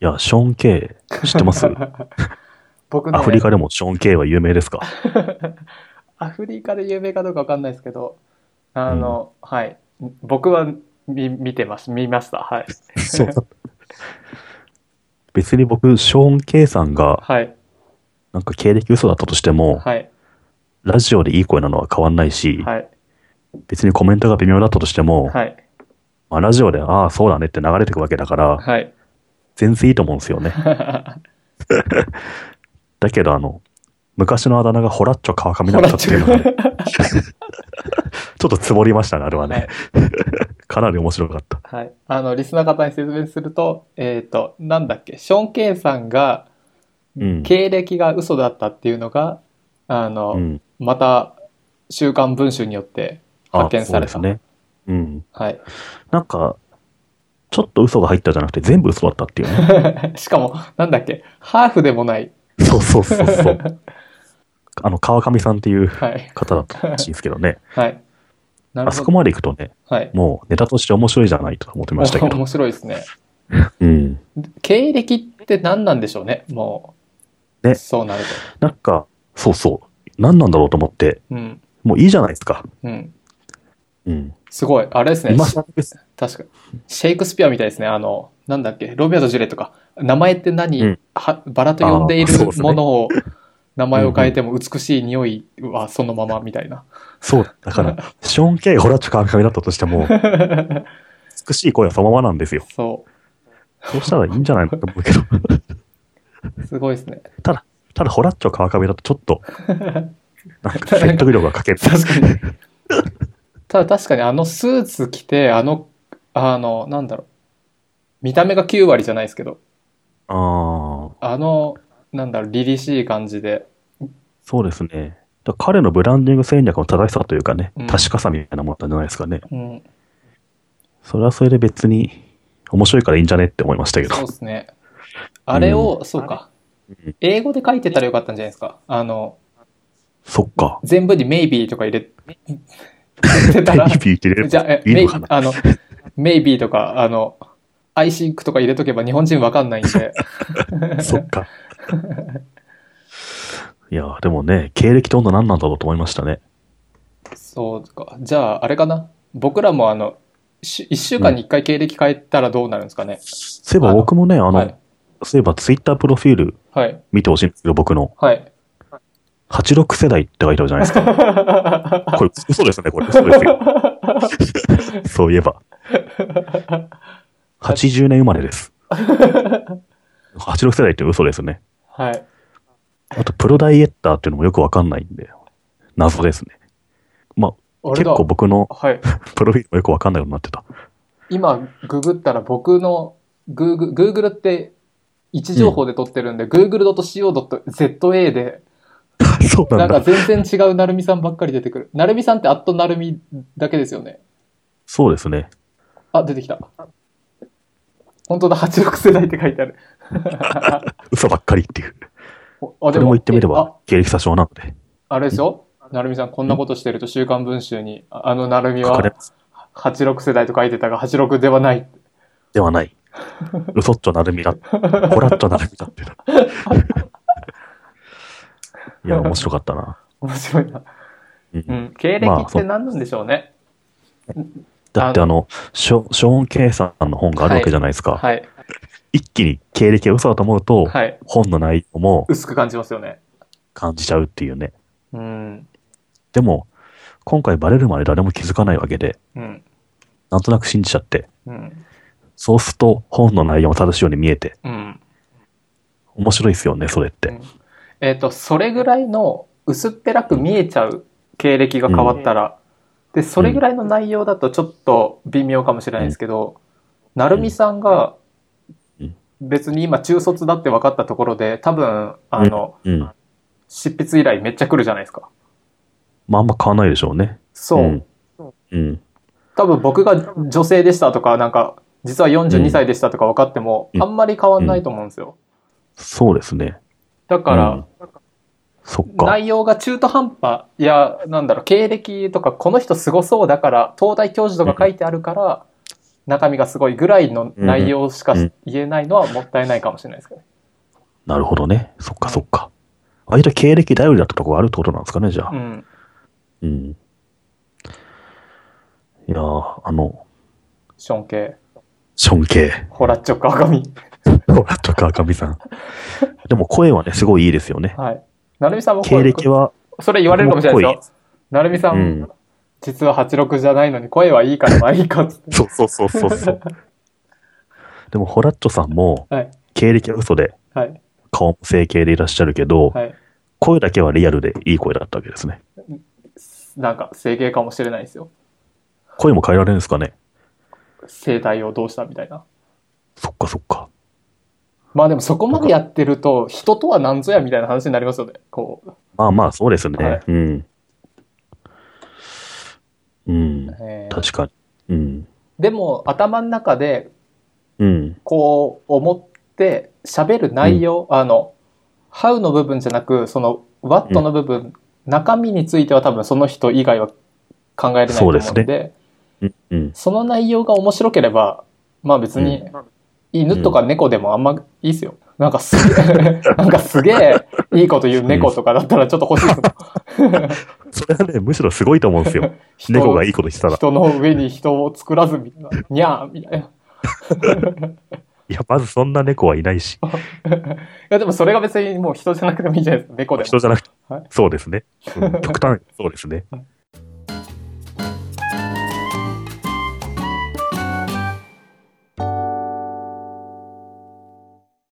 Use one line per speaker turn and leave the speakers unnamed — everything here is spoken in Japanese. いや、ショーン・ケイ、知って ます
僕ね
アフリカでもショーン・ケイは有名ですか
アフリカで有名かどうかわかんないですけど、あの、はい。僕は見見てます。見ました。はい。
そう。別に僕、ショーン・ケイさんが、
はい。
なんか経歴嘘だったとしても、
はい。
ラジオでいい声なのは変わんないし、
はい。
別にコメントが微妙だったとしても、
はい。
まあ、ラジオで、ああ、そうだねって流れてくわけだから、
はい。
全然いいと思うんですよね。だけど、あの、昔のあだ名がホラッチョ川上だったっていうのが、ちょっとつぼりましたね、あれはね。かなり面白かった。
はい、あのリスナー方に説明すると、えっ、と、なんだっけ、ショーン・ケイさんが
うん
経歴が嘘だったっていうのが、あの、
うん。
また週刊文春によって、
あ
発見された
そうですね。うん。
はい。
なんか、ちょっと嘘が入ったじゃなくて、全部嘘だったっていうね。
しかも、なんだっけ、ハーフでもない。
そうそうそうそう。 あの、川上さんっていう
はい。
方だったらしいんですけど ね。
はい。なる
あ
ほ
そ
ど
こ。まで行くとね、
はい。
もうネタとして面白いじゃないと思ってましたけど。
面白いですね。
うん。
経歴って何なんでしょうね、もう。
ね
そうなる
なんか、そうそう。何なんだろうと思って、
と。うん。
もういいじゃないですか。
うん。
うん。
すごい。あれですね。
今更です。
確かにシェイクスピアみたいですねあのなんだっけロミオとジュレットか名前って何、
うん
はバラと呼んでい
あーそう
る
ですね
ものを、名前を変えても美しい匂いはそのままみたいな
そうだ。だ から、ショーン・ケイ、ホラッチョ川上だったとしても、 美しい声はそのままなんですよ。
そ
そうしたらいいんじゃないのと思う けど。
うすごいですね
ただ、ホラッチョ川上だとちょっ と、なんか説得力が欠ける。
確かにただ確かにあのスーツ着てあのあのなんだろう見た目が9割じゃないですけど
あー、
あのなんだろう凛々しい感じで
そうですね。だから彼のブランディング戦略の正しさというかね
うん、
確かさみたいなもんだったんじゃないですかね。
うん
それはそれで別に面白いからいいんじゃねって思いましたけど
そう。ですねあれを、そうか
うん
英語で書いてたらよかったんじゃないですかあの
そっか。
全部に「maybe」とか入れ入れてた
テレ
ら
ビ入れれ
じゃあ
ば
え
いい
may-
のかな。
あの「maybe」とかあの「アイシンク」とか入れとけば日本人わかんないん で
そっか。 いや、でもね、経歴って温度何なんだろうと思いましたね。
そうかじゃああれかな僕らもあの1週間に1回経歴変えたらどうなるんですかね、
そういえ
あ
ば
の
僕もね、あの、
はい
そういえばツイッタープロフィール
はい
見てほしいんですけど、僕の
はい
86世代って書いてあるじゃないですか。これ嘘ですね、これ嘘です よ。そういえば。80年生まれです。86世代って嘘ですね。
はい
あと、プロダイエッターっていうのもよくわかんないんで、謎ですね。まあ、
俺
結
だ
構僕の
はい
プロフィールもよくわかんないようになってた。
今ググったら僕のグーググーグルって位置情報で撮ってるんで、google.co.za で
そうな
なんん
だ
か。全然違うなるみさんばっかり出てくる。なるみさんってアットなるみだけですよね。
そうですね。
あ、出てきた。本当だ、86世代って書いてある。
嘘ばっかりっていう。
あ
これも言ってみれ
あ
ば、経歴詐称なので。
あれでしょなるみさん、こんなことしてると、週刊文集に、ああのなるみ
書かれ
は86世代と書いてたが、86ではない。
ではない。嘘っちょなるみだ。ほらっちょなるみだって な。いや、面白かったな。
面白いな。
うん
うん、経歴
ま
っ
あそ
て
う
何なんでしょうね。
だってあの、ショショーン・ケイさんの本があるわけじゃないですか。
はい。
一気に経歴が嘘だと思うと、
はい。
本の内容も
薄く感じますよね。
感じちゃうっていうね。
うん。
でも、今回バレるまで誰も気づかないわけで、
うん。
なんとなく信じちゃって、
うん。
そうすると本の内容も正しいように見えて、
うん。
面白いですよね、それって。
うんえっ、とそれぐらいの薄っぺらく見えちゃう経歴が変わったら、でそれぐらいの内容だとちょっと微妙かもしれないですけど、なるみさんが
うん
別に今中卒だって分かったところで多分あの、
うん。
執筆依頼めっちゃ来るじゃないですか。
まあ、あんま買わないでしょうね。
そう、
うん。うん。
多分僕が女性でしたとかなんか実は42歳でしたとか分かっても、
うん
あんまり変わんないと思うんですよ。
そうですね。
だから、
うんそっか。
内容が中途半端いやなんだろう経歴とかこの人すごそうだから東大教授とか書いてあるから、中身がすごいぐらいの内容しかし言えないのはもったいないかもしれないですけどね。
なるほどね。そっかそっか。あいた経歴頼りだったとこがあるってことなんですかね、じゃ
う
あ。
ん。
うん。いやー、あの、
ション系、
ション系。
ホラッチョ川上。
ほら、とか赤身さん。でも声はね、すごいいいですよね。
はい。なるみさんも
経歴は、
それ言われるかもしれないで
僕
すよ。なるみさん、
うん
実は86じゃないのに声はいいからまあいいかっつって。
そうそうそうそうそう。でも、ホラッチョさんも、
はい。
経歴は嘘で、
はい。
顔も整形でいらっしゃるけど、
はい。
声だけはリアルでいい声だったわけですね。
なんか整形かもしれないですよ。
声も変えられるんですかね。
声帯をどうしたみたいな。
そっかそっか。
まあでもそこまでやってると人とは何ぞやみたいな話になりますよね。こう。
まあまあ、そうですね。
はい
うん。うん。
えー
確かに。うん。
でも頭の中で
うん。
こう思って喋る内容、あの、How の部分じゃなく、その What の部分、中身については多分その人以外は考えれないと思うので、
そう
そ
ですうんうん。
の内容が面白ければ、まあ別に犬とか猫でもあんまいいですよ。なんかすげえ、 なんかすげえいいこと言う猫とかだったらちょっと欲しいですもん
それはね、むしろすごいと思うんです よ。
人
猫がいいことしたら。
人の上に人を作らずみたいな、にゃーみたいな。い
いや、まずそんな猫はいないし、
やでもそれが別にもう人じゃなくてもいいじゃないですか、猫でも。
人じゃなくて
はい、
そうですね。うん極端、そうですね
はい。